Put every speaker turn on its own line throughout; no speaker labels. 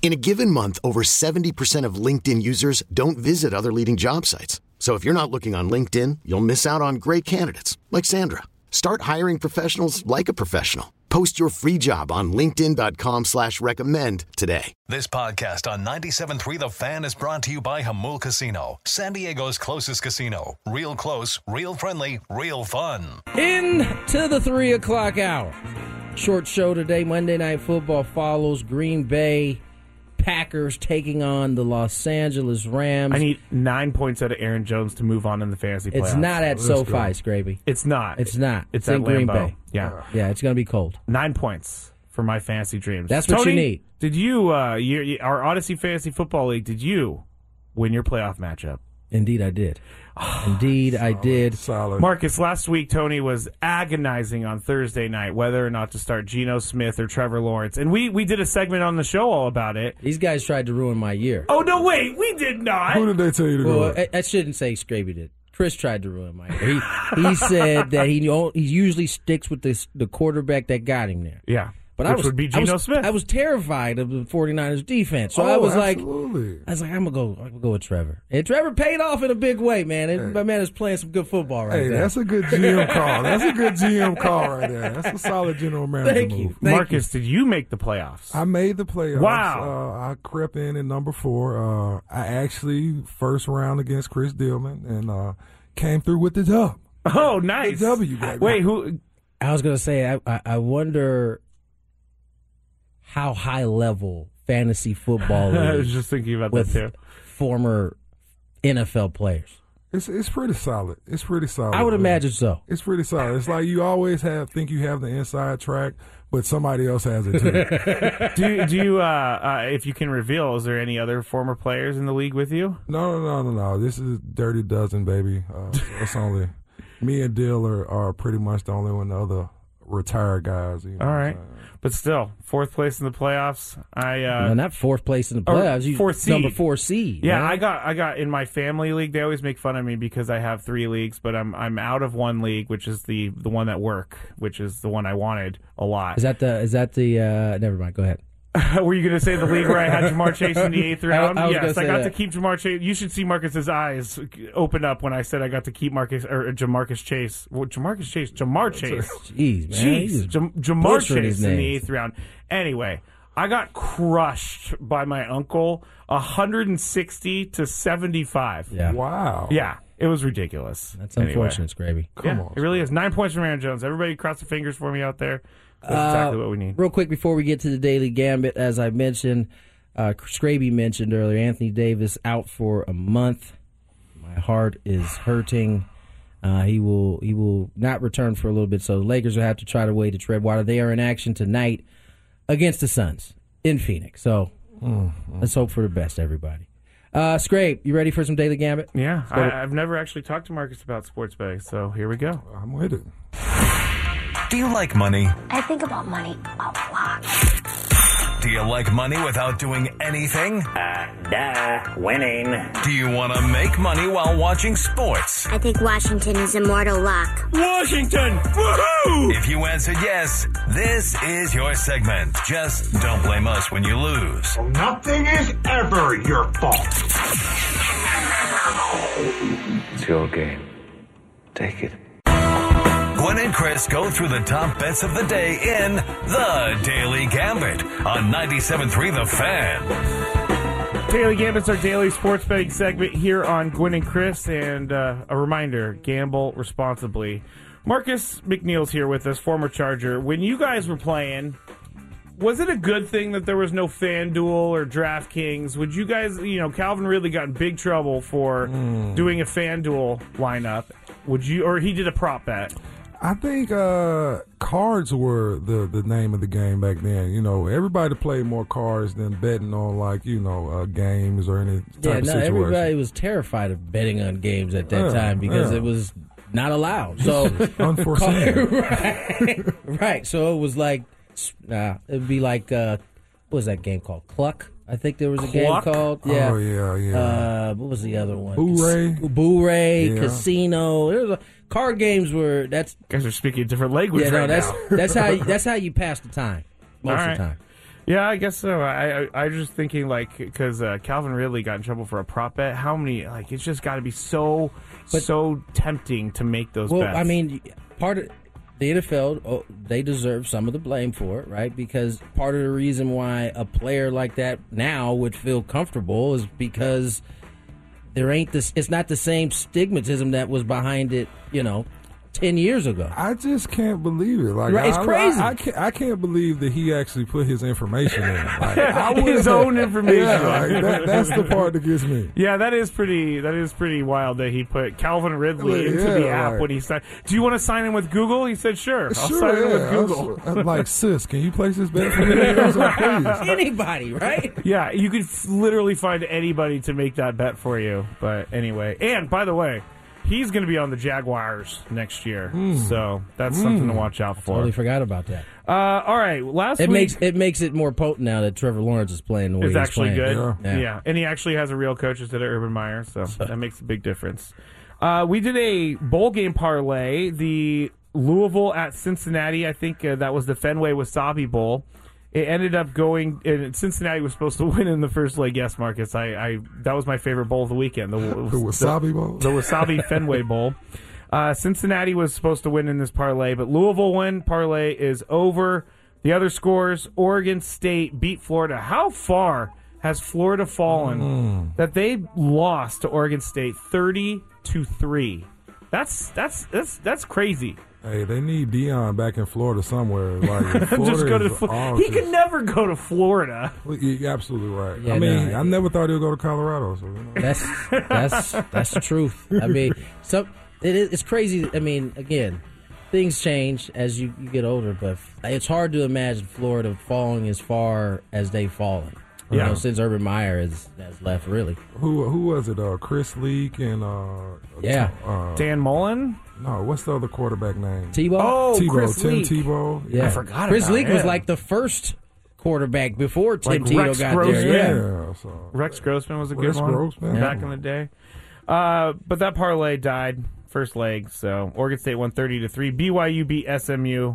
In a given month, over 70% of LinkedIn users don't visit other leading job sites. So if you're not looking on LinkedIn, you'll miss out on great candidates like Sandra. Start hiring professionals like a professional. Post your free job on linkedin.com slash recommend today.
This podcast on 97.3 The Fan is brought to you by Hamul Casino, San Diego's closest casino. Real close, real friendly, real fun.
In to the three o'clock hour. Short show today. Monday Night Football follows Green Bay Packers taking on the Los Angeles Rams.
I need nine points out of Aaron Jones to move on in the fantasy playoffs.
it's not at SoFi, Scraby.
It's not.
It's not.
It's,
in
at
Green
Lambeau.
Bay.
Yeah.
yeah. It's gonna be cold.
Nine points for my fantasy dreams.
That's what you
Tony,
need.
Did you, uh, you, you- our Odyssey Fantasy Football League, did you win your playoff matchup?
Indeed, I did.
Ah,
Indeed, I did.
Marcus, last week Tony was agonizing on Thursday night whether or not to start Geno Smith or Trevor Lawrence. And we, we did a segment on the show all about it.
These guys tried to ruin my year.
Oh, no, wait. We did not.
Who did they tell you to go?
Well, eh,
with?
I, I shouldn't say Scraby did. Chris tried to ruin my year. He, he said that he know- he usually sticks with this, the quarterback that got him there.
yeah.
But
Which
I was
would be
I
Geno
was,
Smith.
I was terrified of the 49ers defense. So I
Oh,
was like
absolutely.
I was like, I'm gonna go. I'm gonna go with Trevor. And Trevor paid off in a big way, man. It, My man is playing some good football right
hey,
now.
that's a good GM call. That's a good GM call right there. That's a solid general manager
Thank
move.
you, thank you.
Marcus, did you make the playoffs?
I made the playoffs.
Wow.
Uh, I crept in at number four. Uh, I actually first round against Chris Dillman and uh, came through with the dub.
Oh, nice.
The W, baby.
Wait, who?
I was gonna say, I, I, I wonder how high level fantasy football
I was
is
just thinking about that
with
too.
former NFL players.
It's it's pretty solid. It's pretty solid.
I would
man.
imagine so.
It's pretty solid. It's like you always have think you have the inside track, but somebody else has it too.
Do you, do you uh, uh, if you can reveal, is there any other former players in the league with you?
no, no, no, no, no. This is dirty dozen, baby. Uh, it's only me and Dill are, are pretty much the only one the other retired guys. You know
All
what I'm
right,
saying?
but still, fourth place in the playoffs. I
no,
uh,
not fourth place in the
or
playoffs. You,
fourth seed.
number four seed.
yeah,
man.
I got I got in my family league. They always make fun of me because I have three leagues, but I'm I'm out of one league, which is the the one at work, which is the one I wanted a lot.
Is that the? Is that the? Uh, never mind. Go ahead.
Were you going to say the league where I had Jamar Chase in the eighth round?
I was gonna
yes, I
say
got
that.
to keep Jamar Chase. You should see Marcus's eyes open up when I said I got to keep Marcus or Jamarcus Chase. Well, Jamarcus Chase, Jamar Chase.
Jeez, man. You
Jeez,
just
Jam- Jamar
butchering his
Chase in the E
names.
eighth round. Anyway, I got crushed by my uncle, 160 to 75.
Yeah.
Wow.
Yeah, it was ridiculous.
That's
Anyway.
unfortunate, Scraby.
Yeah, it really is. Nine points from Aaron Jones. Everybody cross the fingers for me out there. That's
Uh,
exactly what we need.
Real quick before we get to the daily gambit, as I mentioned, uh, Scraby mentioned earlier, Anthony Davis out for a month. My heart is hurting. Uh, he will he will not return for a little bit, so the Lakers will have to try to wait to tread water. They are in action tonight against the Suns in Phoenix. So
Mm-hmm.
let's hope for the best, everybody. Uh, Scrape, you ready for some daily gambit?
Yeah, I, I've never actually talked to Marcus about sports betting, so here we go.
I'm with it.
Do you like money?
I think about money a lot.
Do you like money without doing anything?
Uh, Duh, winning.
Do you want to make money while watching sports?
I think Washington is immortal luck.
Washington! Woohoo!
If you answered yes, this is your segment. Just don't blame us when you lose.
Nothing is ever your fault.
It's your game. Take it.
Gwen and Chris go through the top bets of the day in The Daily Gambit on 97.3 The Fan.
Daily Gambit's our daily sports betting segment here on Gwen and Chris. And uh, a reminder gamble responsibly. Marcus McNeil's here with us, former Charger. When you guys were playing, was it a good thing that there was no FanDuel or DraftKings? Would you guys, you know, Calvin really got in big trouble for
Hmm.
doing a FanDuel lineup? Would you, or he did a prop bet?
I think uh, cards were the, the name of the game back then. You know, everybody played more cards than betting on like you know uh, games or any type
Yeah,
of
no,
situation.
everybody was terrified of betting on games at that
Yeah,
time because
yeah.
it was not allowed. So
Unforeseen.
right, right. So it was like, nah, it'd be like, uh, what was that game called? Cluck. I think there was a
Cluck?
game called. Yeah.
Oh, yeah, yeah.
Uh, what was the other one?
Boo-ray?
Cas- Boo-ray,
Yeah.
Casino. There was a, card games were that's.
guys are speaking a different language
Yeah, no,
right
that's
now.
that's how you, that's how you pass the time most
All
of the
right.
time.
Yeah, I guess so. I I, I was just thinking like because uh, Calvin Ridley got in trouble for a prop bet. How many like it's just got to be so so tempting to make those
Well,
bets.
I mean, part of the NFL, oh, they deserve some of the blame for it, right? Because part of the reason why a player like that now would feel comfortable is because there ain't this. It's not the same stigmatism that was behind it, you know, ten years ago.
I just can't believe it. Like
Right, it's
I- I-
crazy.
I, can't, I can't believe that he actually put his information in. Like, I
His
would've-
own information.
Yeah, like, that, that's the part that gets me.
yeah, that is pretty. That is pretty wild that he put Calvin Ridley
Yeah,
into the app
like-
when he signed. Do you want to sign in with Google? He said, "Sure, I'll
sure,
sign in
yeah.
with Google."
I'm s- I'm like, sis, can you place this bet for me? I was like, please.
Anybody, right?
Yeah, you could f- literally find anybody to make that bet for you. But anyway, and by the way, he's going to be on the Jaguars next year,
Hmm.
so that's something to watch out for.
Totally forgot about that.
Uh, all right, last
It
week
makes it makes it more potent now that Trevor Lawrence is playing the way
is
he's
actually
playing.
good.
Yeah.
Yeah. and he actually has a real coach instead of Urban Meyer, so that makes a big difference. Uh, we did a bowl game parlay, the Louisville at Cincinnati. I think uh, that was the Fenway Wasabi Bowl. It ended up going, and Cincinnati was supposed to win in the first leg. Yes, Marcus, I, I that was my favorite bowl of the weekend. The,
The wasabi bowl.
the Wasabi Fenway Bowl. Uh, Cincinnati was supposed to win in this parlay, but Louisville win parlay is over. The other scores: Oregon State beat Florida. How far has Florida fallen
Mm.
that they lost to Oregon State thirty to three? That's that's that's that's crazy.
Hey, they need Dion back in Florida somewhere. Like, Florida
just go to
is
Flo-
all
he
just-
could never go to Florida.
Well, you- You're absolutely right.
Yeah,
I mean,
no,
I never thought he'd go to Colorado. So, you know.
That's that's that's the truth. I mean, so it is, it's crazy. I mean, again, things change as you, you get older, but it's hard to imagine Florida falling as far as they've fallen. You
Yeah.
know, since Urban Meyer has, has left, really.
Who who was it? Uh, Chris Leak and uh,
Yeah.
Oh,
uh,
Dan Mullen.
no, what's the other quarterback name?
Tebow.
Oh,
Tebow,
Chris
Tim
Leak.
Tebow.
yeah.
I forgot
Chris
about
Leak was
him.
like the first quarterback before Tim
Like
Tebow
Rex
got
Grossman.
there. Yeah.
yeah so.
Rex Grossman was a
Rex
good one
Grossman.
back in the day. Uh, but that parlay died first leg. So Oregon State won thirty to three. BYU beat SMU,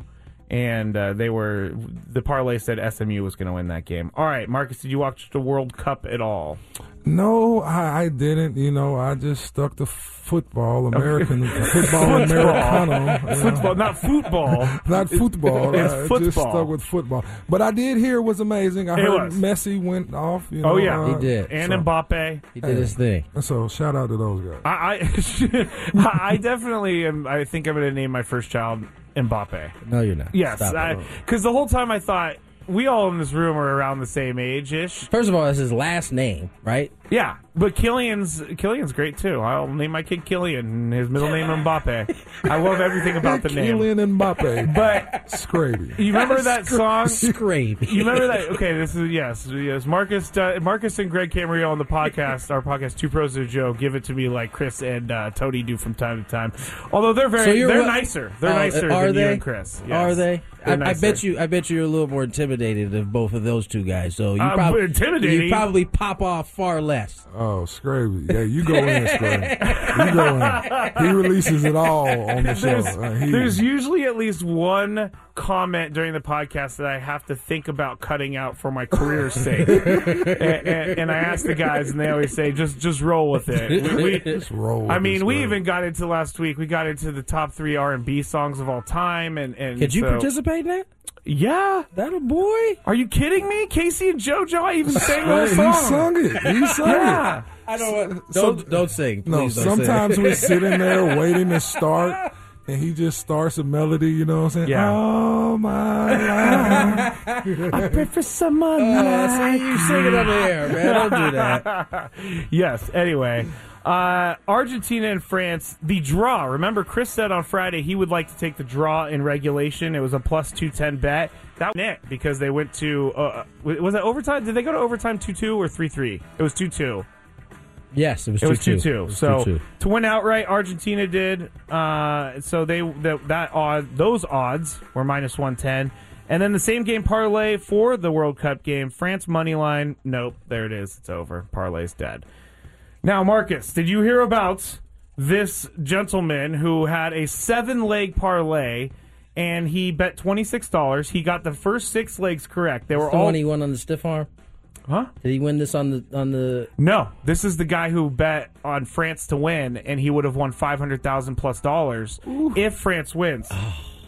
and uh, they were the parlay said SMU was going to win that game. All right, Marcus, did you watch the World Cup at all?
No, I, I didn't. You know, I just stuck to football, American football, Americano. you know.
Football, not football.
Not football.
it's
I Just
football.
stuck with football. But I did hear it was amazing. I
It
heard
was.
Messi went off. You know,
Oh yeah,
uh,
He did.
And Mbappe.
He did his thing.
So shout out to those guys.
I, I, I I definitely am. I think I'm going to name my first child Mbappe.
No, you're not.
Yes,
Stop it.
because the whole time I thought we all in this room are around the same age ish.
First of all, that's his last name, right?
Yeah, but Killian's Killian's great too. I'll name my kid Killian and his middle name Mbappe. I love everything about the name.
Kylian Mbappe.
But
Scraby.
you remember that song?
Scrape.
You remember that? Okay, this is yes, yes. Marcus, uh, Marcus, and Greg Camarillo on the podcast, our podcast, Two Pros and a Joe, give it to me like Chris and uh, Tony do from time to time. Although they're very,
you're
they're
wel-
nicer. They're
Oh,
nicer
are
than
they?
you and Chris. Yes.
Are they?
They're
I, I
nicer.
bet you. I bet you're a little more intimidated of both of those two guys. So you
Uh,
probably
we're intimidating.
You probably pop off far less.
Oh, Scraby. Yeah, you go in, Scraby. You go in. He releases it all on the show.
There's,
Uh, he-
there's usually at least one comment during the podcast that I have to think about cutting out for my career's sake. and, and, and I ask the guys, and they always say, "Just, just roll with it." We- we-
Just roll with
I
it,
mean, we
Scraby.
even got into last week. We got into the top three R and B songs of all time, and and
Could you
so-
participate in that?
Yeah.
That a boy?
Are you kidding me? Casey and JoJo, I even sang
Hey,
those
he
songs.
sung it. He sung
Yeah.
it.
I don't.
So-
don't don't sing.
No,
Please don't
sometimes
sing.
we're sitting there waiting to start. and he just starts a melody, you know what I'm saying?
Yeah.
Oh my life. I prefer someone
Oh, that's how you sing it on the air, man. Don't do that.
yes. Anyway, uh, Argentina and France, the draw. Remember, Chris said on Friday he would like to take the draw in regulation. It was a plus two ten bet. That was it because they went to uh, was it overtime? Did they go to overtime two two or three three? It was two two.
Yes, it was
It was two
2-2.
two.
It was
So
2-2.
to win outright, Argentina did. Uh, so they that, that odd those odds were minus one ten. And then the same game parlay for the World Cup game, France money line. Nope, there it is. It's over. Parlay's dead. Now, Marcus, did you hear about this gentleman who had a seven leg parlay and he bet twenty six dollars? He got the first six legs correct. They were
the
all
one he won on the stiff arm.
Huh?
Did he win this on the on the?
No, this is the guy who bet on France to win, and he would have won five hundred thousand plus dollars if France wins.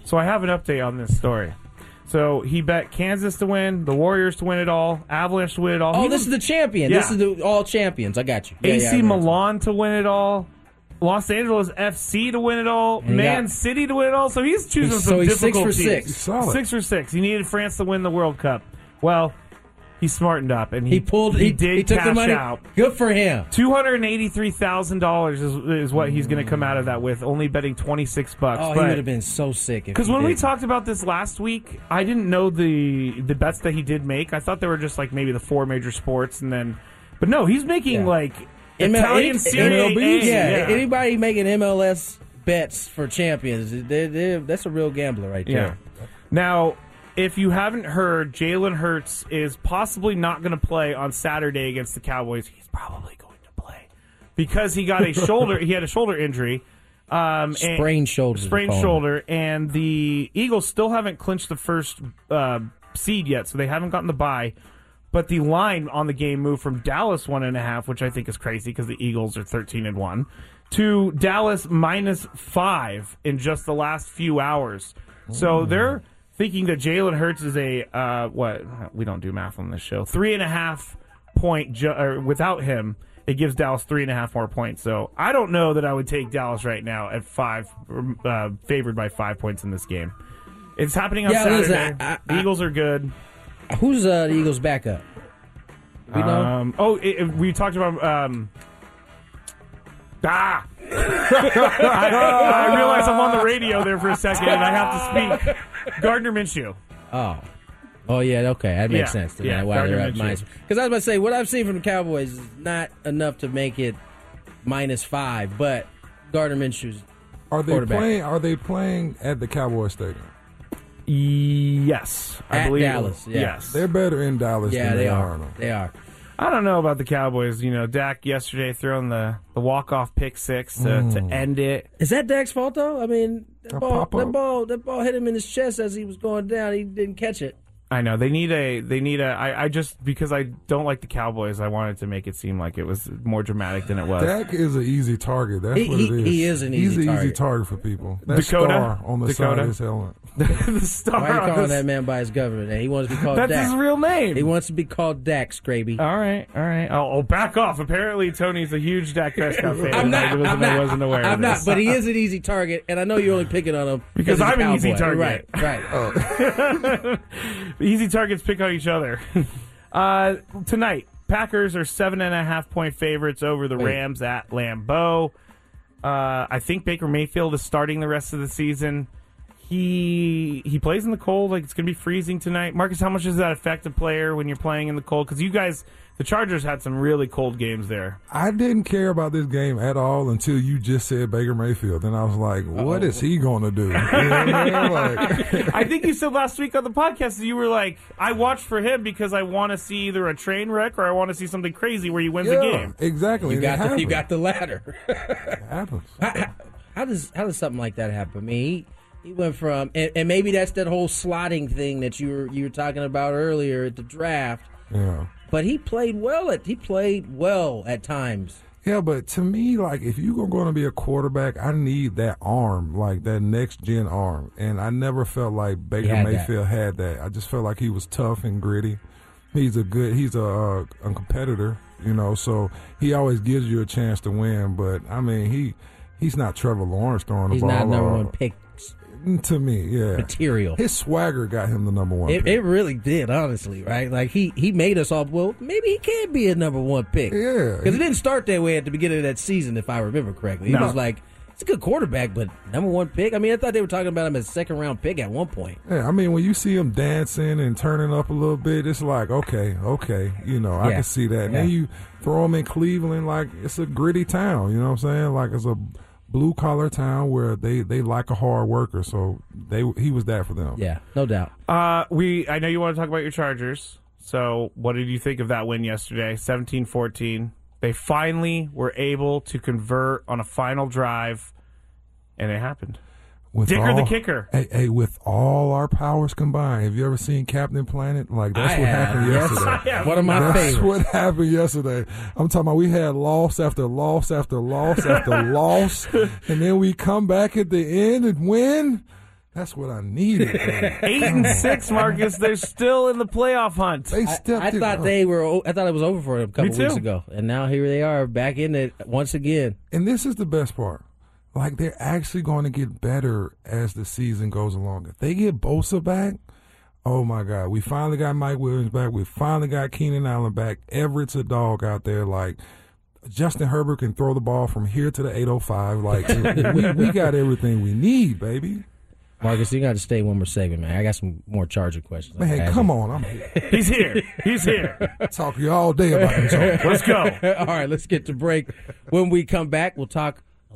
so I have an update on this story. So he bet Kansas to win, the Warriors to win it all, Avalanche to win it all.
Oh,
He
this is
was-
the champion. This
Yeah.
is the all champions. I got you. Yeah, yeah, I
AC
remember.
Milan to win it all, Los Angeles FC to win it all,
he
Man
got-
City to win it all. So he's choosing
He's-
some
so he's six
difficult
for
teams.
six.
Solid.
Six for six. He needed France to win the World Cup. Well, he smartened up and he,
He pulled. He,
He did
He took
cash
the money.
out.
Good for him.
Two hundred and eighty-three thousand dollars is is what he's going to come out of that with, only betting twenty-six bucks.
Oh, he would have been so sick if.
because
he
when we
didn't.
talked about this last week, I didn't know the the bets that he did make. I thought they were just like maybe the four major sports, and then, but no, he's making
Yeah.
like
ML
Italian
any-
Serie A.
MLB? Yeah,
yeah.
anybody making MLS bets for champions, they- they- that's a real gambler right
Yeah.
there.
Now, if you haven't heard, Jalen Hurts is possibly not going to play on Saturday against the Cowboys. He's probably going to play because he got a shoulder. He had a shoulder injury. Um, and-
Sprained shoulder is
Sprained
the problem.
shoulder, and the Eagles still haven't clinched the first uh, seed yet, so they haven't gotten the bye. But the line on the game moved from Dallas one and a half, which I think is crazy because the Eagles are thirteen and one, to Dallas minus five in just the last few hours. So they're thinking that Jalen Hurts is a uh, what? We don't do math on this show. Three and a half point ju- or without him. It gives Dallas three and a half more points. So I don't know that I would take Dallas right now at five, uh, favored by five points in this game. It's happening on
Yeah,
Saturday.
listen, I- I-
the Eagles are good.
Who's uh, the Eagles' backup? We know.
Um, oh, it, it- we talked about. Um, ah! I, I realize I'm on the radio there for a second, and I have to speak. Gardner Minshew.
oh, oh yeah, okay, that makes
Yeah,
sense. To
yeah,
me. Why they're
Gardner
at
Minshew.
minus? Because I was about to say what I've seen from the Cowboys is not enough to make it minus five, but Gardner Minshew's.
Are they
Quarterback.
playing are they playing at the Cowboy Stadium?
Yes, I
At
believe
Dallas, yeah.
Yes,
They're better in Dallas
Yeah,
than
they
in
are.
Arnold.
They are.
I don't know about the Cowboys. You know, Dak yesterday throwing the, the walk off pick six to,
Hmm.
to end it.
Is that Dak's fault though? I mean, that
A
ball,
pop-up.
that ball, that ball hit him in his chest as he was going down. He didn't catch it.
I know they need a they need a. I, I just because I don't like the Cowboys, I wanted to make it seem like it was more dramatic than it was.
Dak is an easy target. That's
He-
what it
he-
is.
he is an
He's
easy
an easy
target.
target for people. That
Dakota?
star on the side
Dakota?
of his helmet.
the star
Why are you
on
calling
this-
that man by his government? name? He wants to be called
That's
Dak.
his real name.
He wants to be called Dak Scraby.
all right, all right. I'll, I'll back off. Apparently, Tony's a huge Dak Prescott fan.
I'm
and
not.
I, wasn't,
I'm
I
not.
wasn't aware.
I'm
of
not.
this.
But he is an easy target, and I know you're only picking on him
Because
he's a
I'm an easy
cowboy.
target. Oh,
Right. Right.
Easy targets pick on each other. uh, tonight, Packers are seven and a half point favorites over the
Wait.
Rams at Lambeau. Uh, I think Baker Mayfield is starting the rest of the season. He he plays in the cold, like it's going to be freezing tonight. Marcus, how much does that affect a player when you're playing in the cold? Because you guys, the Chargers had some really cold games there.
I didn't care about this game at all until you just said Baker Mayfield. Then I was like, what is he going to do? You know what I mean? Like-
I think you said last week on the podcast that you were like, I watch for him because I want to see either a train wreck or I want to see something crazy where he wins
yeah,
a game.
exactly. And
You
it
got the,
happens.
you got the latter.
It happens.
how does how does something like that happen? I mean, he, he went from, and, and maybe that's that whole slotting thing that you were you were talking about earlier at the draft.
Yeah.
But he played well at he played well at times.
Yeah, but to me, like if you're going to be a quarterback, I need that arm, like that next gen arm, and I never felt like Baker
had that.
Mayfield had that. I just felt like he was tough and gritty. He's a good, he's a, uh, a competitor, you know. So he always gives you a chance to win. But I mean, he He's not Trevor Lawrence throwing
He's
the ball.
not number
uh,
one pick
to me. Yeah,
material.
His swagger got him the number one.
It,
pick.
it really did, honestly, right? Like he he made us all. Well, maybe he can be a number one pick.
Yeah,
because it didn't start that way at the beginning of that season, if I remember correctly. He
No.
was like, "It's a good quarterback, but number one pick." I mean, I thought they were talking about him as second round pick at one point.
Yeah, I mean, when you see him dancing and turning up a little bit, it's like, okay, okay, you know, I
Yeah.
can see that. And then
Yeah.
you throw him in Cleveland, like it's a gritty town. You know what I'm saying? Like it's a blue collar town where they they like a hard worker, so they he was that for them.
Yeah, no doubt.
Uh, we I know you want to talk about your Chargers. So, what did you think of that win yesterday? 17-14. They finally were able to convert on a final drive and it happened.
With
Dicker the
all-
kicker.
Hey, hey, with all our powers combined, have you ever seen Captain Planet? Like that's
I
what
have,
happened
yes.
yesterday.
I have
One of my
That's
favorites.
what happened yesterday. I'm talking about we had loss after loss after loss after loss, and then we come back at the end and win. That's what I needed. man.
8 and 6, Marcus. They're still in the playoff hunt.
They
I,
stepped
I
it
thought
up.
they were. o- I thought it was over for them a couple
too.
weeks ago, and now here they are back in it once again.
and this is the best part. Like they're actually going to get better as the season goes along. If they get Bosa back, oh my God, we finally got Mike Williams back. We finally got Keenan Allen back. Everett's a dog out there. Like Justin Herbert can throw the ball from here to the 805. Like we, we got everything we need, baby.
Marcus, you got to stay one more segment, man. I got some more Charger questions.
Man, come on, I'm here.
He's here. He's here.
I talk to you all day about this. All
Let's go.
All right, let's get to break. When we come back, we'll talk a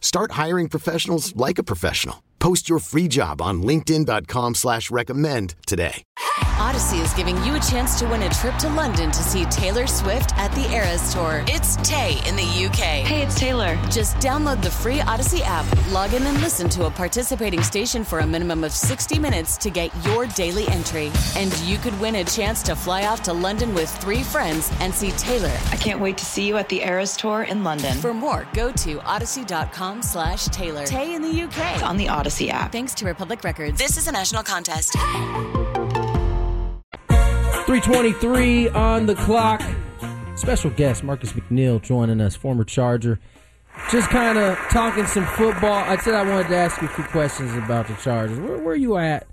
Start hiring professionals like a professional. Post your free job on linkedin.com/recommend slash recommend today.
Odyssey is giving you a chance to win a trip to London to see Taylor Swift at the Eras Tour. It's Tay in the UK.
Hey, it's Taylor.
Just download the free Odyssey app, log in and listen to a participating station for a minimum of 60 minutes to get your daily entry. And you could win a chance to fly off to London with three friends and see Taylor.
I can't wait to see you at the Eras Tour in London.
For more, go to odyssey.com slash Taylor. Tay in the
It's
UK.
on the Odyssey app.
Thanks to Republic Records. This is a national contest.
323 on the clock. Special guest Marcus McNeil joining us, former Charger. Just kind of talking some football. I said I wanted to ask you a few questions about the Chargers. Where, where are you at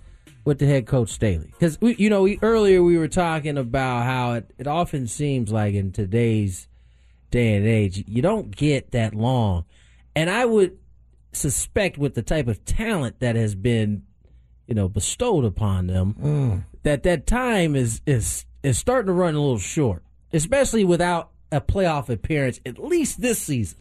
with the head coach Staley? Because you know, we, earlier we were talking about how it, it often seems like in today's day and age, you don't get that long. And I would suspect with the type of talent that has been, you know, bestowed upon them, that that time is is is starting to run a little short, especially without a playoff appearance at least this season.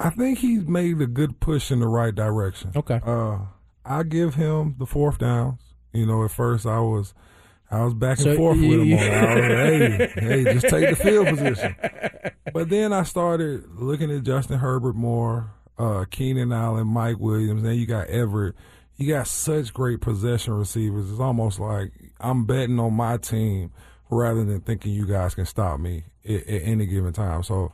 I think he's made a good push in the right direction.
Okay.
Uh, I give him the fourth downs. You know, at first I was, I was back and
So
forth
you-
with him.
you-
on that. I was, hey, hey, just take the field position. But then I started looking at Justin Herbert more, uh, Keenan Allen, Mike Williams. Then you got Everett. You got such great possession receivers. It's almost like I'm betting on my team rather than thinking you guys can stop me at, at any given time. So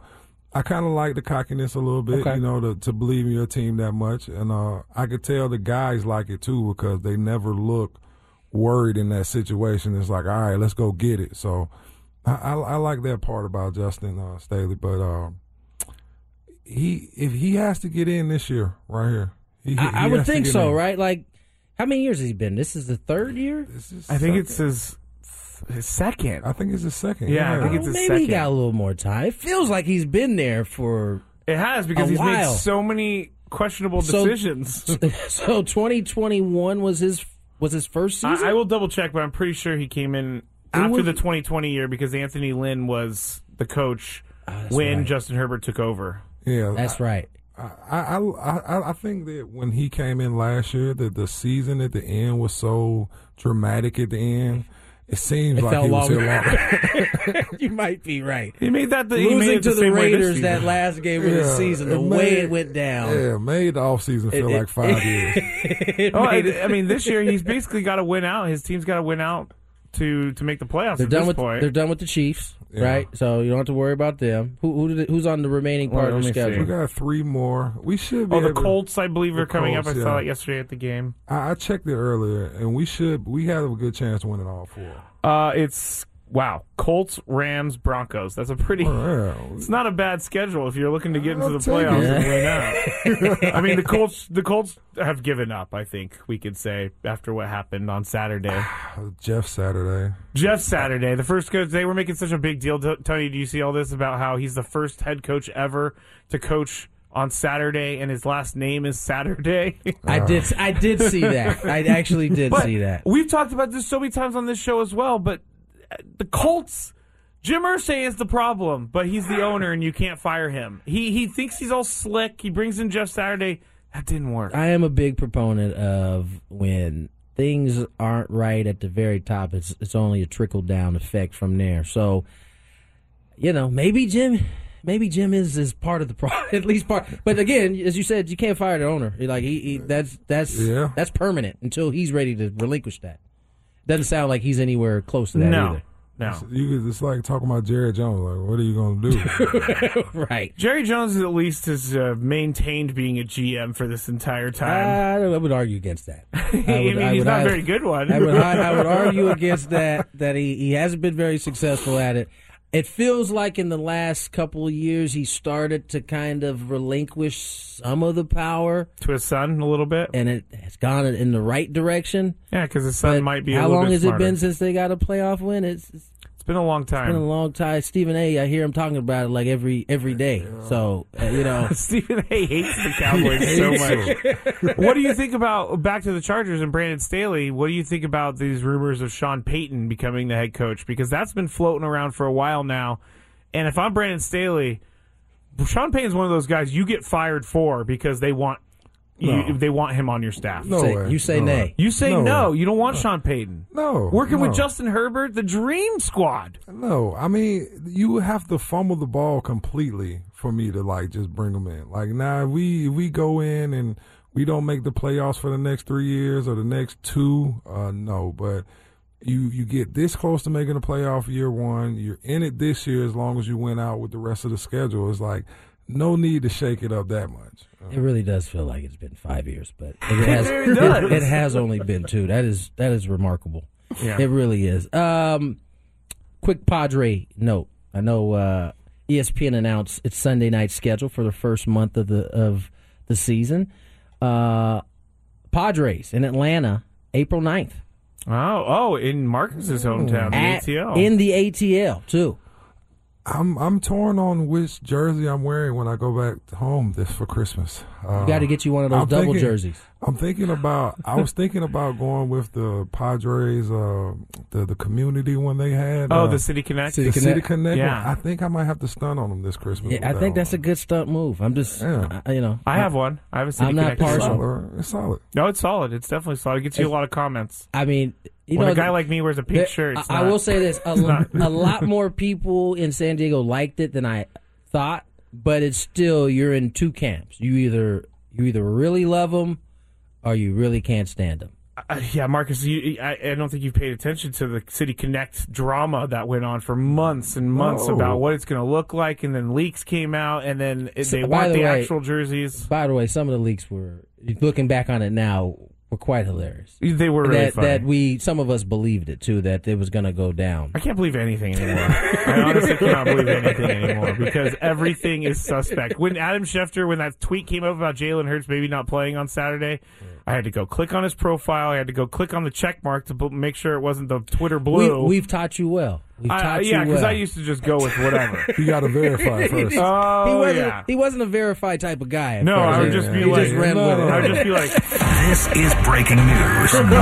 I kind of like the cockiness a little bit,
Okay.
you know, to, to believe in your team that much. And uh, I could tell the guys like it too because they never look worried in that situation. It's like, all right, let's go get it. So I, I, I like that part about Justin uh, Staley, but um, he if he has to get in this year, right here, he, he
I, I would
has to
think
get
so,
in.
right? Like, how many years has he been? This is the third year.
This is
I think
second.
it's his his second.
I think it's the second.
Yeah, I think
Well,
it's his
Oh, maybe he
second.
got a little more time. It feels like he's been there for
It has because
A
he's
while.
made so many questionable
So-
decisions.
So 2021 was his was his first season.
I, I will double check, but I'm pretty sure he came in after
was-
the 2020 year because Anthony Lynn was the coach
that's
when
right.
Justin Herbert took over.
Yeah,
That's right.
I, I, I, I think that when he came in last year, that the season at the end was so dramatic at the end. It seems
It
like
felt
he was here
longer.
longer.
you might be right.
He made that the, he made
losing
it
to the
same way this
Raiders
season.
that last game of the
Yeah,
season, the
it
way
made-
it went down.
Yeah, made the offseason feel
It-
like five years.
Oh, I, I mean, this year he's basically got to win out. His team's got to win out to to make the playoffs.
They're
at
done
this
with
point.
they're done with the Chiefs,
Yeah.
right? So you don't have to worry about them. Who, who did it, who's on the remaining part
Well,
of the
let me see.
schedule?
We got three more. We should be.
Oh, the
able-
Colts, I believe,
The
are coming up.
Colts,
I saw
yeah.
that yesterday at the game.
I, I checked it earlier, and we should. We have a good chance of winning all four.
Uh, it's wow, Colts, Rams, Broncos. That's a pretty.
Wow.
It's not a bad schedule if you're looking to get into
I'll
the
take
playoffs
it.
and win out. I mean, the Colts. The Colts have given up. I think we could say after what happened on Saturday,
Jeff Saturday.
Jeff Saturday, the first coach. They were making such a big deal. T- Tony, do you see all this about how he's the first head coach ever to coach on Saturday, and his last name is Saturday?
I did I did see that. I actually did
But
see that.
We've talked about this so many times on this show as well, but uh, the Colts, Jim Irsay is the problem, but he's the owner and you can't fire him. He he thinks he's all slick. He brings in Jeff Saturday. That didn't work.
I am a big proponent of when things aren't right at the very top. It's it's only a trickle down effect from there. So, you know, maybe Jim, maybe Jim is is part of the problem, at least part. But again, as you said, you can't fire the owner. Like he, he that's that's
Yeah.
that's permanent until he's ready to relinquish that. Doesn't sound like he's anywhere close to that
no. No.
You, it's like talking about Jared Jones. Like, what are you going to do?
either. Right.
Jerry Jones at least has uh, maintained being a GM for this entire time.
I, I would argue against that. I would,
I mean,
I
he's
would-
not
I-
a very good one.
I would, I, I would argue against that. That he, he hasn't been very successful at it. It feels like in the last couple of years he started to kind of relinquish some of the power,
to his son a little bit.
and it has gone in the right direction.
Yeah, because his son might be. a
How
little
long
bit
has
smarter.
it been since they got a playoff win? It's, it's
It's been a long time.
been a long time. Stephen A. I hear him talking about it like every every day. So uh, you know,
Stephen A. hates the Cowboys so much. what do you think about back to the Chargers and Brandon Staley? What do you think about these rumors of Sean Payton becoming the head coach? Because that's been floating around for a while now. And if I'm Brandon Staley, Sean Payton's one of those guys you get fired for because they want you,
No.
they want him on your staff.
No
say-
way.
you say
No
nay.
way.
You say no,
No.
you don't want Sean Payton.
No,
Working with
no.
Justin Herbert, the dream squad.
No, I mean you would have to fumble the ball completely for me to like just bring them in. Like now, if we if we go in and we don't make the playoffs for the next three years or the next two. Uh, no, but you you get this close to making a playoff year one. You're in it this year as long as you went out with the rest of the schedule. It's like no need to shake it up that much.
It really does feel like it's been five years, but it has,
really does.
It, has only been two. That is that is remarkable.
Yeah.
It really is. Um, quick Padre note. I know uh, ESPN announced its Sunday night schedule for the first month of the of the season. Uh, Padres in Atlanta, April 9th.
Oh, oh, in Marcus's hometown, the
At-
ATL.
In the ATL, too.
I'm I'm torn on which jersey I'm wearing when I go back home this for Christmas. Uh,
You got to get you one of those
I'm
double
thinking-
jerseys.
I'm thinking about. I was thinking about going with the Padres, uh, the the community one they had.
oh,
uh,
the City Connect.
the City Connect.
Yeah.
one. I think I might have to stun on them this Christmas.
Yeah, I think that's a good stunt move. I'm just,
Yeah.
I- you know.
I have one. I have a City
I'm not
Connect. as
It's
partial.
well.
solid. It's solid.
No, it's solid. It's definitely solid. It gets you a lot of comments.
I mean, you
when
know,
a guy like me wears a pink
There-
shirt, it's
I, I
not-
will say this: a,
it's
lo-
not-
a lot more people in San Diego liked it than I thought, but it's still you're in two camps. You either you either really love them or you really can't stand them.
Uh, yeah, Marcus, you, I, I don't think you've paid attention to the City Connect drama that went on for months and months
Oh.
No.
about what it's going to look like, and then leaks came out, and then it,
So,
they
by
want
the
the
way-
actual jerseys.
By the way, some of the leaks were looking back on it now were quite hilarious.
They were really
that
funny.
that we some of us believed it too that it was going to go down.
I can't believe anything anymore. I honestly cannot believe anything anymore because everything is suspect. When Adam Schefter, when that tweet came up about Jalen Hurts maybe not playing on Saturday, I had to go click on his profile. I had to go click on the check mark to b- make sure it wasn't the Twitter blue.
We, we've taught you well. We've
I-
taught you
yeah, because
well.
I used to just go with whatever.
You got to verify first.
Oh,
he wasn't,
yeah.
He wasn't a verified type of guy. at
No,
first.
I would just be
he
like,
just ran
no,
with it.
I would just be like,
This is breaking news. 97.3.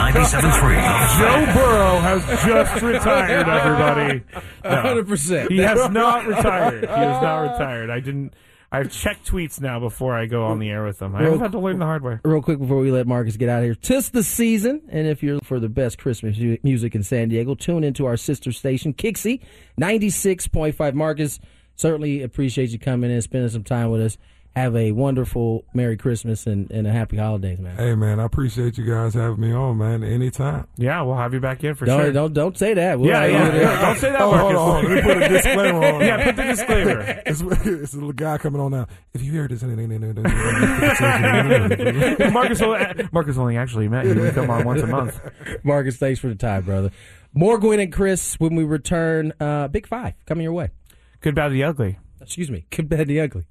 Joe Burrow has just retired, everybody. No.
100%.
He has not retired. He has not retired. I didn't. I've checked tweets now before I go on the air with them. I have had to learn the hard way.
Real quick before we let Marcus get out of here, tis the season, and if you're for the best Christmas mu- music in San Diego, tune into our sister station, Kixie, 96.5. Marcus, certainly appreciate you coming in, spending some time with us. Have a wonderful Merry Christmas and, and a happy holidays, man.
Hey man, I appreciate you guys having me on, man. Anytime.
Yeah, we'll have you back in for
Don't,
sure.
don't don't say that. We'll-
yeah, yeah. yeah. Don't say that,
Oh,
Marcus.
hold on, let me put a disclaimer on.
yeah, put the disclaimer.
It's, it's a guy coming on now. If you hear this, yeah,
Marcus, only, Marcus only actually met you. We come on once a month.
Marcus, thanks for the time, brother. More Gwen and Chris when we return. Uh, Big Five coming your way.
Good, bad, the ugly.
Excuse me. Good, bad, the ugly.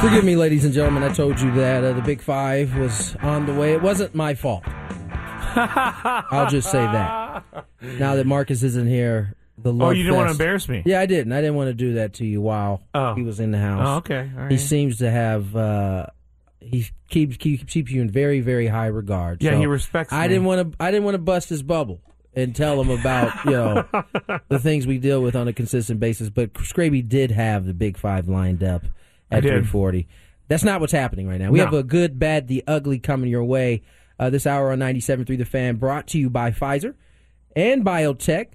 Forgive me, ladies and gentlemen. I told you that uh, the Big Five was on the way. It wasn't my fault. I'll just say that. Now that Marcus isn't here, the love
Oh, you didn't want to
fest-
embarrass me.
Yeah, I didn't. I didn't want to do that to you while
Oh.
he was in the house.
Oh, okay. All
He
right.
seems to have. Uh, he keeps keep, keeps you in very very high regard.
Yeah,
So
he respects
I
me.
didn't want to. I didn't want to bust his bubble and tell him about you know the things we deal with on a consistent basis. But Scraby did have the big five lined up
I
at
did.
three forty. That's not what's happening right now. We
No.
have a good, bad, the ugly coming your way uh, this hour on 97.3 The Fan, brought to you by Pfizer and biotech.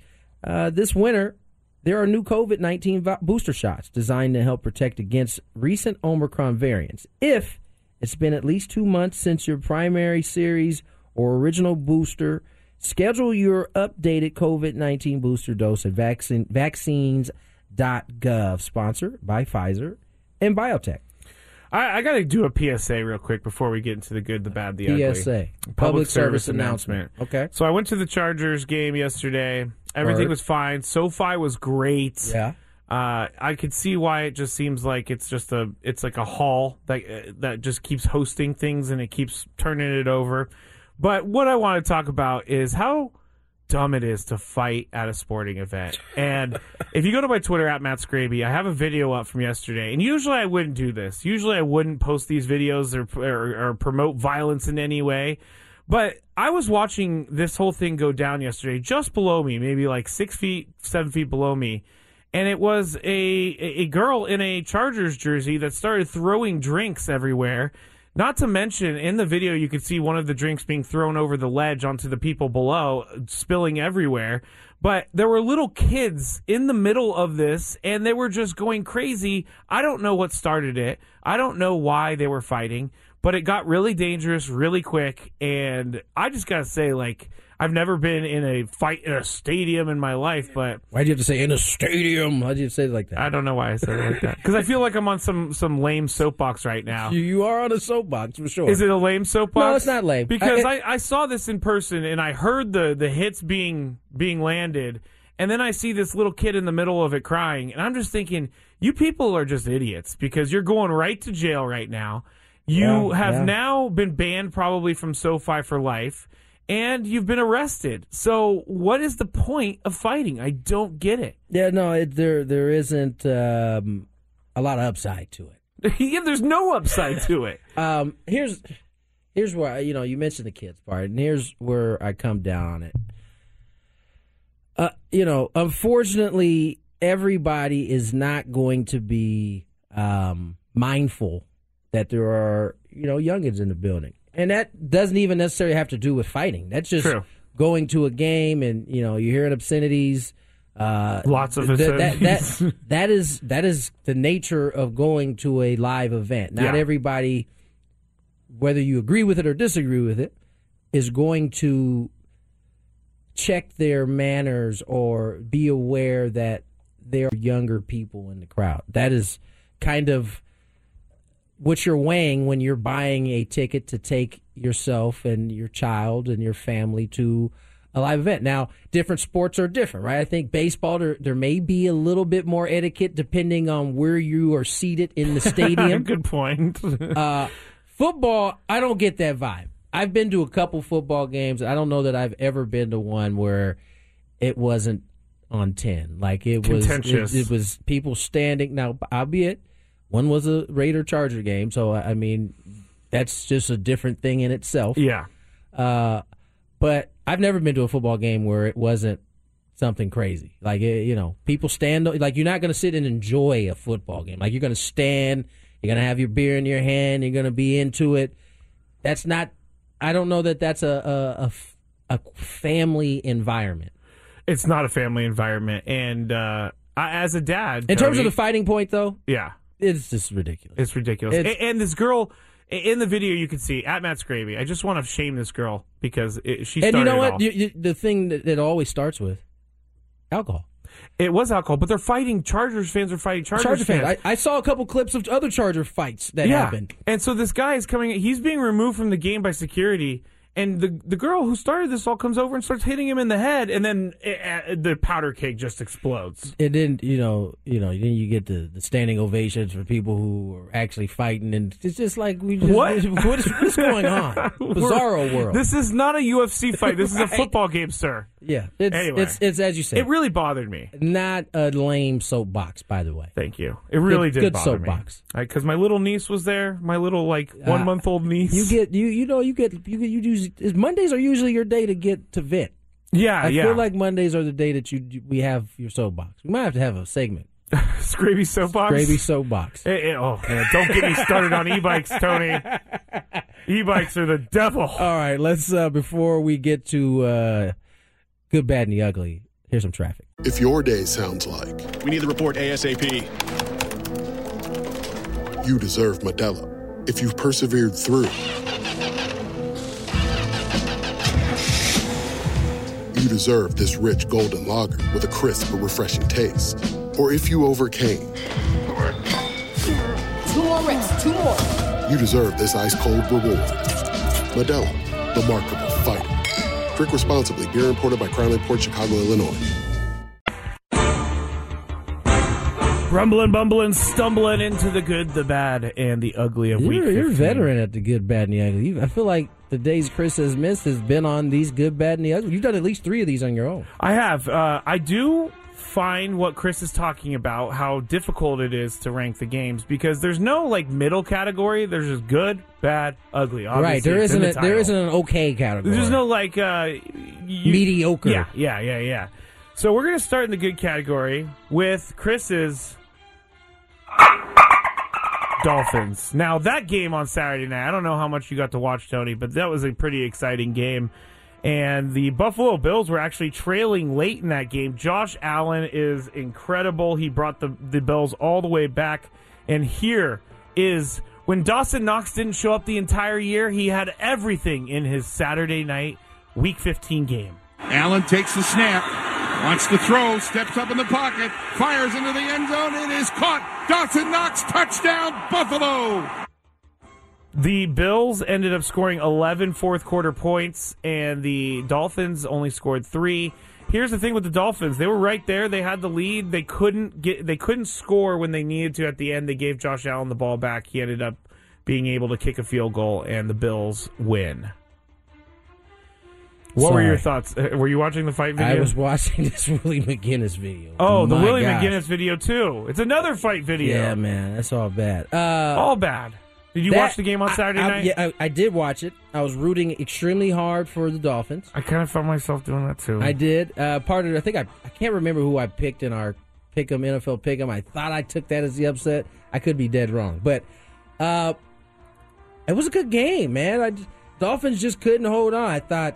Uh, this winter, there are new COVID 19 vo- booster shots designed to help protect against recent Omicron variants. If it's been at least two months since your primary series or original booster, schedule your updated COVID 19 booster dose at vaccine, vaccines.gov, sponsored by Pfizer and biotech.
I, I got to do a PSA real quick before we get into the good, the bad, the ugly.
PSA, public service announcement. Okay.
So I went to the Chargers game yesterday. Everything
Word.
was fine. SoFi was great.
Yeah.
Uh, I could see why it just seems like it's just a it's like a hall that uh, that just keeps hosting things and it keeps turning it over. But what I want to talk about is how dumb it is to fight at a sporting event. And if you go to my Twitter at Matt Scraby, I have a video up from yesterday. And usually I wouldn't do this. Usually I wouldn't post these videos or or, or promote violence in any way. But I was watching this whole thing go down yesterday, just below me, maybe like six feet, seven feet below me, and it was a a girl in a Chargers jersey that started throwing drinks everywhere. Not to mention, in the video, you could see one of the drinks being thrown over the ledge onto the people below, spilling everywhere. But there were little kids in the middle of this, and they were just going crazy. I don't know what started it. I don't know why they were fighting but it got really dangerous really quick and i just gotta say like i've never been in a fight in a stadium in my life but
Why do you have to say in a stadium? Why do you have to say it like that?
i don't know why i said it like that because i feel like i'm on some some lame soapbox right now
You, you are on a soapbox for sure.
is it a lame soapbox?
No, it's not lame.
Because
I-
I, I, saw this in person and I heard the, the hits being being landed, and then I see this little kid in the middle of it crying, and I'm just thinking, you people are just idiots because you're going right to jail right now. You
Yeah,
have
yeah.
now been banned probably from SoFi for life, and you've been arrested. So what is the point of fighting? I don't get it.
Yeah, no, it, there there isn't um, a lot of upside to it.
yeah, there's no upside to it.
Um, here's here's where I- you know you mentioned the kids part, and here's where I come down on it. Uh, you know, unfortunately, everybody is not going to be um, mindful that there are you know youngins in the building, and that doesn't even necessarily have to do with fighting. That's just
True.
going to a game, and you know you're hearing obscenities. Uh,
Lots of
th- th- that,
obscenities.
that, that is that is the nature of going to a live event. Not
Yeah.
everybody, whether you agree with it or disagree with it, is going to check their manners or be aware that there are younger people in the crowd. That is kind of what you're weighing when you're buying a ticket to take yourself and your child and your family to a live event. Now, different sports are different, right? I think baseball there, there may be a little bit more etiquette depending on where you are seated in the stadium.
Good point.
uh, football, I don't get that vibe. I've been to a couple football games. I don't know that I've ever been to one where it wasn't on ten. Like it was, it,
Contentious.
it was people standing. Now, albeit one was a Raider Charger game, so I I mean that's just a different thing in itself.
Yeah.
Uh, but I've never been to a football game where it wasn't something crazy. Like eh, you know, people stand like you're not going to sit and enjoy a football game. Like you're going to stand, you're going to have your beer in your hand, you're going to be into it. That's not. I don't know that that's a a, a f- a family environment.
It's not a family environment, and uh, I, as a dad,
In terms
Cody-
of the fighting point, though,
yeah,
it's just ridiculous.
It's ridiculous.
It's-
and, and this girl i- in the video, you can see at Matt's gravy. I just want to shame this girl because it, she.
and
started
you know
it
what?
all.
You, you, the thing that it always starts with alcohol.
It was alcohol, but they're fighting Chargers fans. Are fighting Chargers,
Charger fans. I, I saw a couple clips of other Charger fights that
yeah.
happened.
And so this guy is coming. He's being removed from the game by security. And the the girl who started this all comes over and starts hitting him in the head, and then uh, uh, the powder keg just explodes.
And then you know, you know, then you get the, the standing ovations for people who are actually fighting, and it's just like we just,
What?
what is what's going on? Bizarro
We're-
world.
This is not a UFC fight. This is a
Right.
football game, sir.
yeah, it's,
Anyway.
it's it's as you said,
It really bothered me.
not a lame soapbox, by the way.
Thank you. It really
Good- good
did bother
soapbox.
me. Because my little niece was there. My little like
Uh,
one month old niece.
You get you you know you get you get you use is- Mondays are usually your day to get to vent.
yeah,
I
Ah, yeah.
feel like Mondays are the day that you we have your soapbox. We might have to have a segment,
Scraby soapbox.
gravy soapbox.
Eh, eh, oh man! Don't get me started on e-bikes, Tony. E-bikes are the devil.
All right, let's uh before we get to uh good, bad, and the ugly. Here's some traffic.
If your day sounds like
We need the report ASAP.
you deserve Medella, if you've persevered through, you deserve this rich golden lager with a crisp but refreshing taste. Or if you overcame,
Two more reps, two more.
you deserve this ice cold reward. Medella, the mark of a fighter. Drink responsibly. Beer imported by Crown Port Chicago, Illinois.
Rumbling, bumbling, stumbling into the good, the bad, and the ugly of week.
You're, you're a
15.
veteran at the good, bad, and the ugly. You- I feel like the days Chris has missed has been on these good, bad, and the ugly. You've done at least three of these on your own.
I have. Uh, I do find what Chris is talking about, how difficult it is to rank the games, because there's no like middle category. There's just good, bad, ugly. Obviously,
right? There
it's in
isn't
the
a, there
title.
isn't an okay category.
There's no like uh, you-
Mediocre.
Yeah, yeah, yeah, yeah. So we're gonna start in the good category with Chris's Dolphins. Now that game on Saturday night, I don't know how much you got to watch, Tony, but that was a pretty exciting game. And the Buffalo Bills were actually trailing late in that game. Josh Allen is incredible. He brought the, the Bills all the way back. And here is when Dawson Knox didn't show up the entire year, he had everything in his Saturday night week 15 game.
Allen takes the snap, wants to throw, steps up in the pocket, fires into the end zone. It is caught. Dawson Knox, touchdown, Buffalo.
The Bills ended up scoring 11 fourth quarter points, and the Dolphins only scored three. Here's the thing with the Dolphins: they were right there. They had the lead. They couldn't get. They couldn't score when they needed to. At the end, they gave Josh Allen the ball back. He ended up being able to kick a field goal, and the Bills win. What were your
Sorry.
thoughts? Uh, Were you watching the fight video?
I was watching this Willie McGinnis video.
Oh, the
My
Willie
gosh.
McGinnis video too. It's another fight video.
Yeah, man, that's all bad. Uh,
all bad. Did you
that-
watch the game on
I-
Saturday
I-
night?
Yeah, I, I did watch it. I was rooting extremely hard for the Dolphins.
I kind of found myself doing that too.
I did. Uh, part of it, I think I, I can't remember who I picked in our pick'em NFL pick'em. I thought I took that as the upset. I could be dead wrong, but uh, it was a good game, man. I just- Dolphins just couldn't hold on. I thought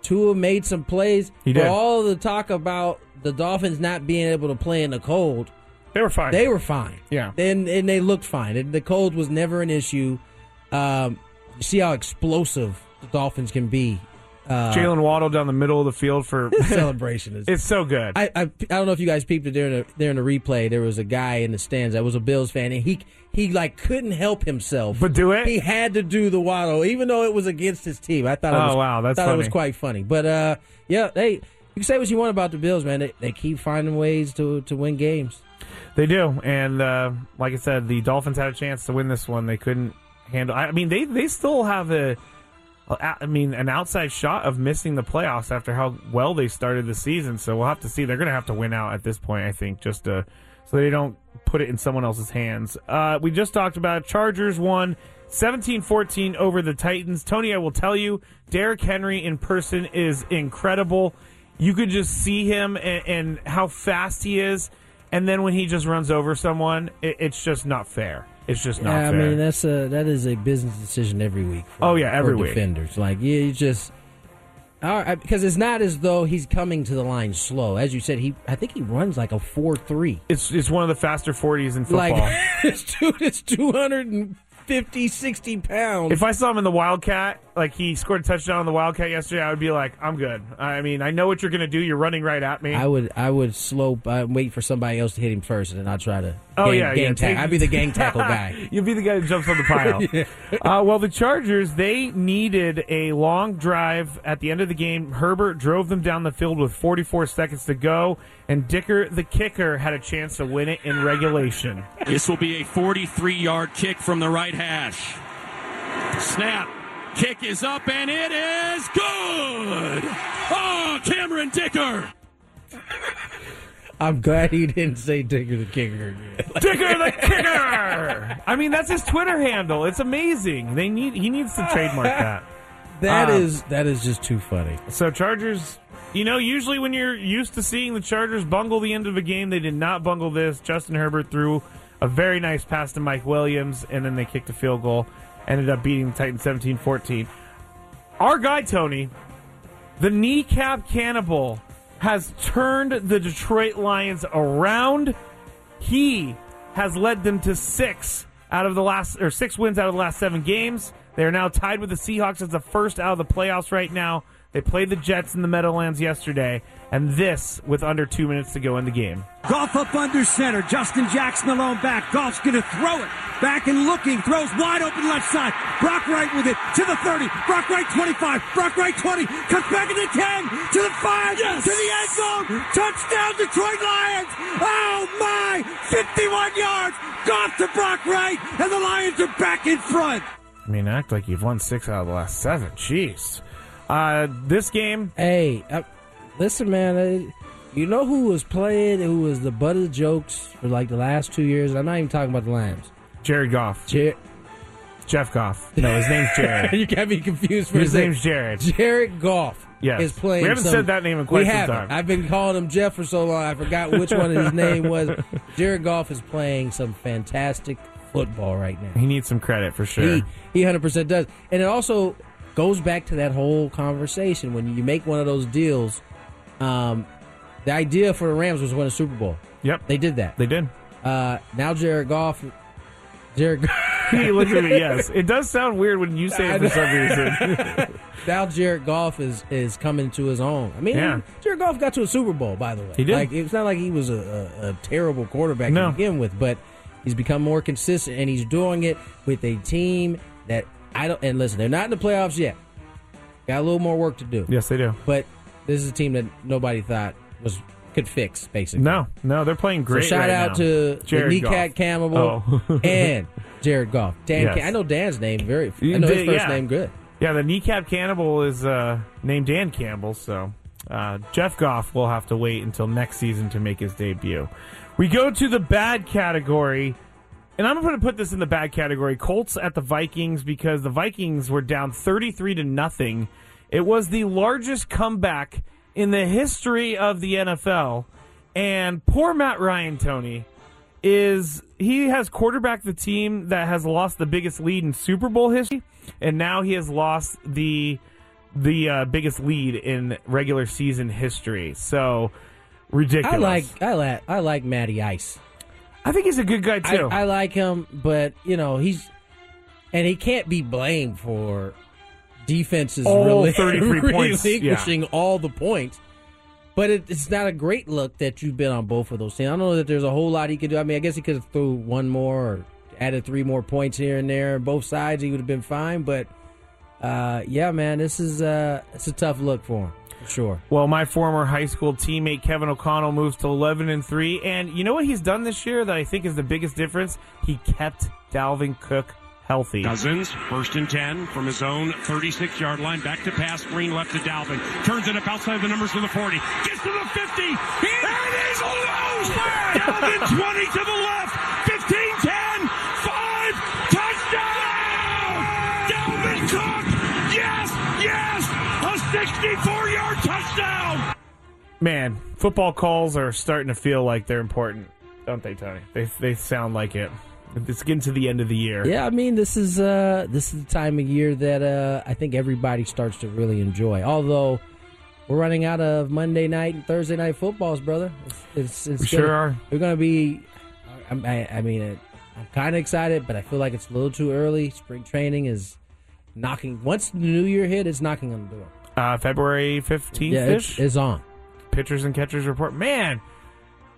Tua made some plays.
He did.
For all the talk about the Dolphins not being able to play in the cold,
they were fine.
They were fine.
Yeah.
and and they looked fine. And the cold was never an issue. Um, you see how explosive the Dolphins can be Uh,
Jalen Waddle down the middle of the field for
celebration is
it's so good.
I, I I don't know if you guys peeped it during the, during the replay. There was a guy in the stands that was a Bills fan, and he he like couldn't help himself
but do it.
He had to do the waddle, even though it was against his team. I thought it
Oh,
was,
wow, that's
thought it was
funny.
quite funny. But uh, yeah, they you can say what you want about the Bills, man. They, they keep finding ways to to win games.
They do, and uh, like I said, the Dolphins had a chance to win this one. They couldn't handle. I mean, they they still have a, I mean, an outside shot of missing the playoffs after how well they started the season. So we'll have to see. They're going to have to win out at this point, I think, just to, so they don't put it in someone else's hands. Uh, we just talked about Chargers won. 17-14 over the Titans. Tony, I will tell you, Derrick Henry in person is incredible. You could just see him and, and how fast he is. And then when he just runs over someone, it, it's just not fair. It's just not
yeah, I
fair.
mean that's a that is a business decision every week. for-
Oh, yeah, every
for
week.
defenders like yeah, you just all right because it's not as though he's coming to the line slow. As you said, he I think he runs like a four three.
it's it's one of the faster 40s in football.
Like this dude is 250, 60 pounds.
if I saw him in the Wildcat, like he scored a touchdown on the Wildcat yesterday, I would be like, I'm good. I mean, I know what you're going to do. You're running right at me.
I would I would slope I wait for somebody else to hit him first and then I'll try to
Oh
gang,
yeah,
gang
yeah.
tack-
take-
I'd be the gang tackle guy.
You'd be the guy that jumps on the pile.
Yeah.
uh, well, the Chargers they needed a long drive at the end of the game. Herbert drove them down the field with 44 seconds to go, and Dicker the kicker had a chance to win it in regulation.
This will be a 43 yard kick from the right hash. Snap. Kick is up and it is good. Oh, Cameron Dicker.
I'm glad he didn't say Digger the Kicker again.
Dicker the kicker. I mean, that's his Twitter handle. It's amazing. They need he needs to trademark that.
That
Um,
is that is just too funny.
So Chargers, you know, usually when you're used to seeing the Chargers bungle the end of a game, they did not bungle this. Justin Herbert threw a very nice pass to Mike Williams, and then they kicked a field goal. Ended up beating the Titans 17-14. Our guy Tony, the kneecap cannibal, has turned the Detroit Lions around. He has led them to six out of the last or six wins out of the last seven games. They are now tied with the Seahawks as the first out of the playoffs right now. They played the Jets in the Meadowlands yesterday, and this with under two minutes to go in the game.
Goff up under center. Justin Jackson alone back. Goff's going to throw it. Back and looking. Throws wide open left side. Brock Wright with it to the 30. Brock Wright 25. Brock Wright 20. Cuts back at the 10. To the 5. To the end zone. Touchdown Detroit Lions. Oh my. 51 yards. Goff to Brock Wright. And the Lions are back in front.
I mean, act like you've won six out of the last seven. Jeez. Uh, this game.
Hey, uh, listen, man. uh you know who was playing? Who was the butt of the jokes for like the last two years? I'm not even talking about the Lions.
Jared Goff.
Jer-
Jeff Goff. No, his name's Jared.
you got me confused for
His
a second.
name's Jared.
Jared Goff.
Yes.
is playing.
We haven't
some-
said that name in quite
we
some
haven't.
time.
I've been calling him Jeff for so long. I forgot which one his name was. Jared Goff is playing some fantastic football right now.
He needs some credit for sure.
He he hundred percent does, and it also goes back to that whole conversation when you make one of those deals. Um, the idea for the Rams was to win a Super Bowl.
Yep,
they did that.
They did.
Uh, now Jared Goff, Jared.
He looked at me, yes. It does sound weird when you say it for some reason.
now Jared Goff is is coming to his own. I mean,
Yeah.
Jared Goff got to a Super Bowl, by the way.
He did.
Like it's not like he was a, a, a terrible quarterback
No.
to begin with, but he's become more consistent, and he's doing it with a team that I don't. And listen, they're not in the playoffs yet. Got a little more work to do.
Yes, they do.
But this is a team that nobody thought was could fix, basically.
No, no, they're playing great.
So shout
right
out
now.
to
Jared
the
Goff.
Kneecat Campbell
Oh.
and Jared Goff. Dan,
Yes.
Ca- I know Dan's name very.
You
I know his
did-
first
yeah.
name good.
Yeah, the kneecap cannibal is uh, named Dan Campbell, so uh, Jeff Goff will have to wait until next season to make his debut. We go to the bad category, and I'm going to put this in the bad category: Colts at the Vikings because the Vikings were down 33 to nothing. It was the largest comeback in the history of the NFL, and poor Matt Ryan, Tony is he has quarterbacked the team that has lost the biggest lead in Super Bowl history, and now he has lost the the uh, biggest lead in regular season history. So ridiculous.
I like I like I like Matty Ice.
I think he's a good guy too.
I, like him, but you know he's and he can't be blamed for defense is
All
really
33 points, yeah.
relinquishing all the points. But it, it's not a great look that you've been on both of those teams. I don't know that there's a whole lot he could do. I mean, I guess he could have threw one more or added three more points here and there. Both sides, he would have been fine. But uh, yeah, man, this is uh, it's a tough look for him, for sure.
Well, my former high school teammate Kevin O'Connell moves to 11 and 3, and you know what he's done this year that I think is the biggest difference? He kept Dalvin Cook healthy.
Cousins, first and 10 from his own 36 yard line. Back to pass. Green left to Dalvin. Turns it up outside the numbers to the 40. Gets to the 50. And it is loose. Dalvin 20 to the left. 15 10. 5. Touchdown. Dalvin Cook. Yes. Yes. A 64 yard touchdown.
Man, football calls are starting to feel like they're important, don't they, Tony? They, they sound like it. It's getting to the end of the year.
Yeah, I mean, this is uh, this is the time of year that uh, I think everybody starts to really enjoy. Although we're running out of Monday night and Thursday night footballs, brother. It's, it's, it's
We
gonna-
sure are.
We're gonna be. I, I, I mean, it, I'm kind of excited, but I feel like it's a little too early. Spring training is knocking. Once the new year hit, it's knocking on the door.
Uh, February 15th
Yeah, it's-
ish?
it's on.
Pitchers and catchers report. Man.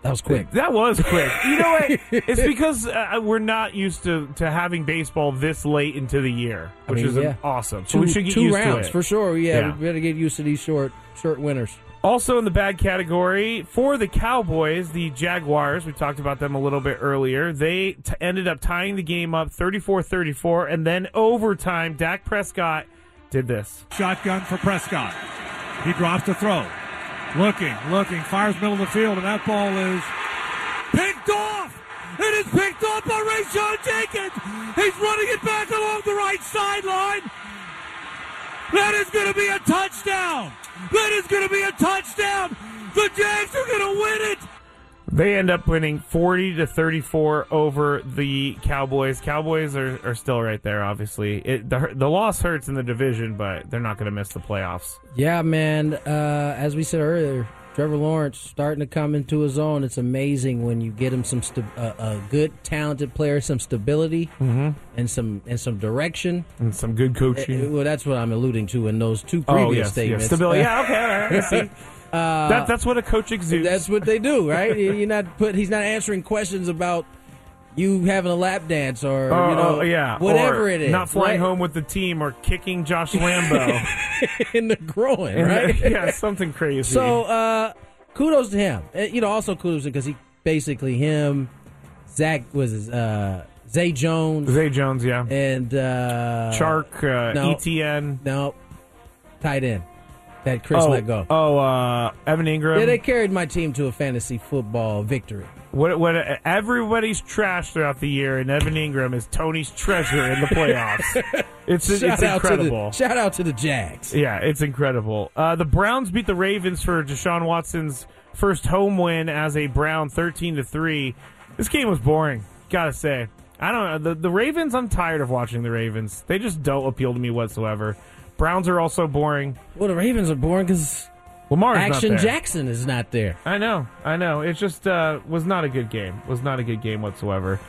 That was quick.
That was quick. You know what? It's because uh, we're not used to, to having baseball this late into the year,
I
which
mean,
is
yeah.
awesome. So
Two,
we should get
two
used
rounds
to it.
for sure. Yeah,
Yeah.
we better get used to these short short winters.
Also in the bad category for the Cowboys, the Jaguars, we talked about them a little bit earlier. They t- ended up tying the game up 34-34 and then overtime Dak Prescott did this.
Shotgun for Prescott. He drops the throw. Looking, looking, fires middle of the field, and that ball is picked off. It is picked off by Rayshon Jenkins. He's running it back along the right sideline. That is going to be a touchdown. That is going to be a touchdown. The Jags are going to win it.
They end up winning 40 to 34 over the Cowboys. Cowboys are, are still right there obviously. It, the the loss hurts in the division, but they're not going to miss the playoffs.
Yeah, man. Uh, as we said earlier, Trevor Lawrence starting to come into his own. It's amazing when you get him some sta- a, a good, talented player, some stability,
Mhm.
and some and some direction.
And some good coaching.
Uh, well, that's what I'm alluding to in those two
Oh,
previous
yes, yes.
statements.
Stability. Yeah, okay, all right, I see.
Uh,
That- that's what a coach exudes.
That's what they do, right? You're not put. He's not answering questions about you having a lap dance or
Oh,
you know,
oh, yeah,
whatever
Or
it is.
Not flying
right?
home with the team or kicking Josh Lambo
in the groin,
And
right?
then- yeah, something crazy.
So uh, kudos to him. Uh, You know, also kudos because he basically him, Zach was his, uh, Zay Jones,
Zay Jones, yeah,
and uh,
Chark, uh,
no,
ETN,
no, tight end that Chris
oh,
let go.
Oh, uh, Evan Ingram.
Yeah, they carried my team to a fantasy football victory.
what, what? uh, Everybody's trash throughout the year, and Evan Ingram is Tony's treasure in the playoffs. it's it's
shout out
incredible.
To the, shout out to the Jags.
Yeah, it's incredible. Uh, the Browns beat the Ravens for Deshaun Watson's first home win as a Brown, thirteen to three. This game was boring. Gotta say, I don't know the the Ravens. I'm tired of watching the Ravens. They just don't appeal to me whatsoever. Browns are also boring.
Well, the Ravens are boring because
Lamar's not
Action
there.
Jackson is not there.
I know, I know. It just uh, was not a good game. Was not a good game whatsoever.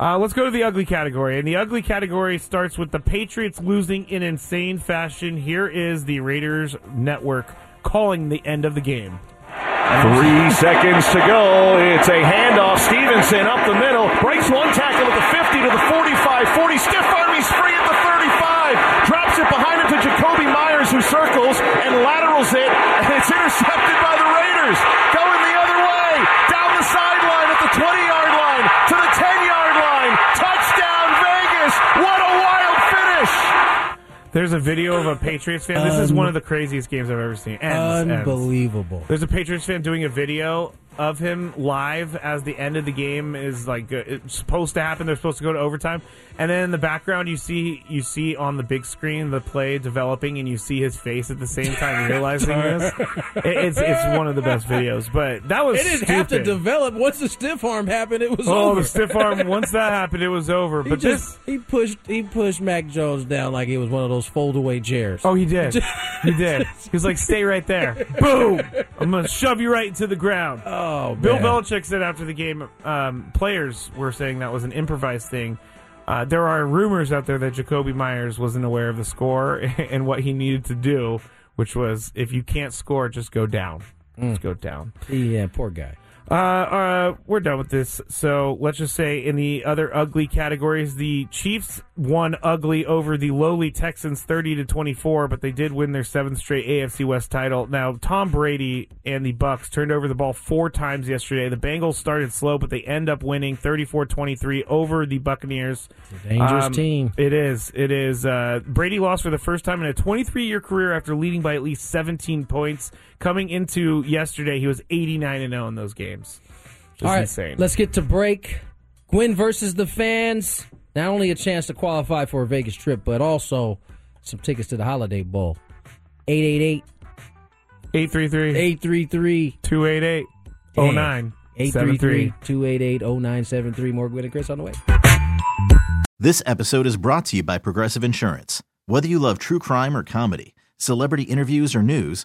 Uh, let's go to the ugly category, and the ugly category starts with the Patriots losing in insane fashion. Here is the Raiders Network calling the end of the game.
Three seconds to go. It's a handoff. Stevenson up the middle. Breaks one tackle at the 50 to the 45. 40. Stiff arm. He's free at the 35. Drops it behind him to Jacoby Myers, who circles and laterals it. And it's intercepted by the Raiders. Going the other way. Down the sideline at the 20 yard line to the 10 yard line. Touchdown, Vegas. What a wild finish.
There's a video of a Patriots fan. This is one of the craziest games I've ever seen. Ends, ends.
Unbelievable.
There's a Patriots fan doing a video of him live as the end of the game is like uh, it's supposed to happen. They're supposed to go to overtime, and then in the background you see you see on the big screen the play developing, and you see his face at the same time realizing this. It- it's it's one of the best videos. But that was
It didn't have to
stupid.
develop. Once the stiff arm happened, it was
Oh,
over.
the stiff arm! Once that happened, it was over.
He
But this
just he pushed he pushed Mac Jones down like it was one of those foldaway chairs.
Oh, he did. he did. He was like, "Stay right there." Boom! I'm gonna shove you right into the ground.
Oh,
Bill
man.
Belichick said after the game, um, players were saying that was an improvised thing. Uh, there are rumors out there that Jacoby Myers wasn't aware of the score and what he needed to do, which was if you can't score, just go down. Just go down.
Yeah, poor guy.
Uh, uh, we're done with this. So let's just say in the other ugly categories, the Chiefs won ugly over the lowly Texans, thirty to twenty-four, but they did win their seventh straight AFC West title. Now Tom Brady and the Bucks turned over the ball four times yesterday. The Bengals started slow, but they end up winning 34-23 over the Buccaneers.
dangerous team.
Um, It is. It is. Uh, Brady lost for the first time in a 23 year career after leading by at least 17 points. Coming into yesterday, he was 89 and 0 in those games. Just
All right,
insane.
let's get to break. Gwen versus the fans. Not only a chance to qualify for a Vegas trip, but also some tickets to the Holiday Bowl. 888
833
833
288 09
833 288 0973. More Gwen and Chris on the way.
This episode is brought to you by Progressive Insurance. Whether you love true crime or comedy, celebrity interviews or news,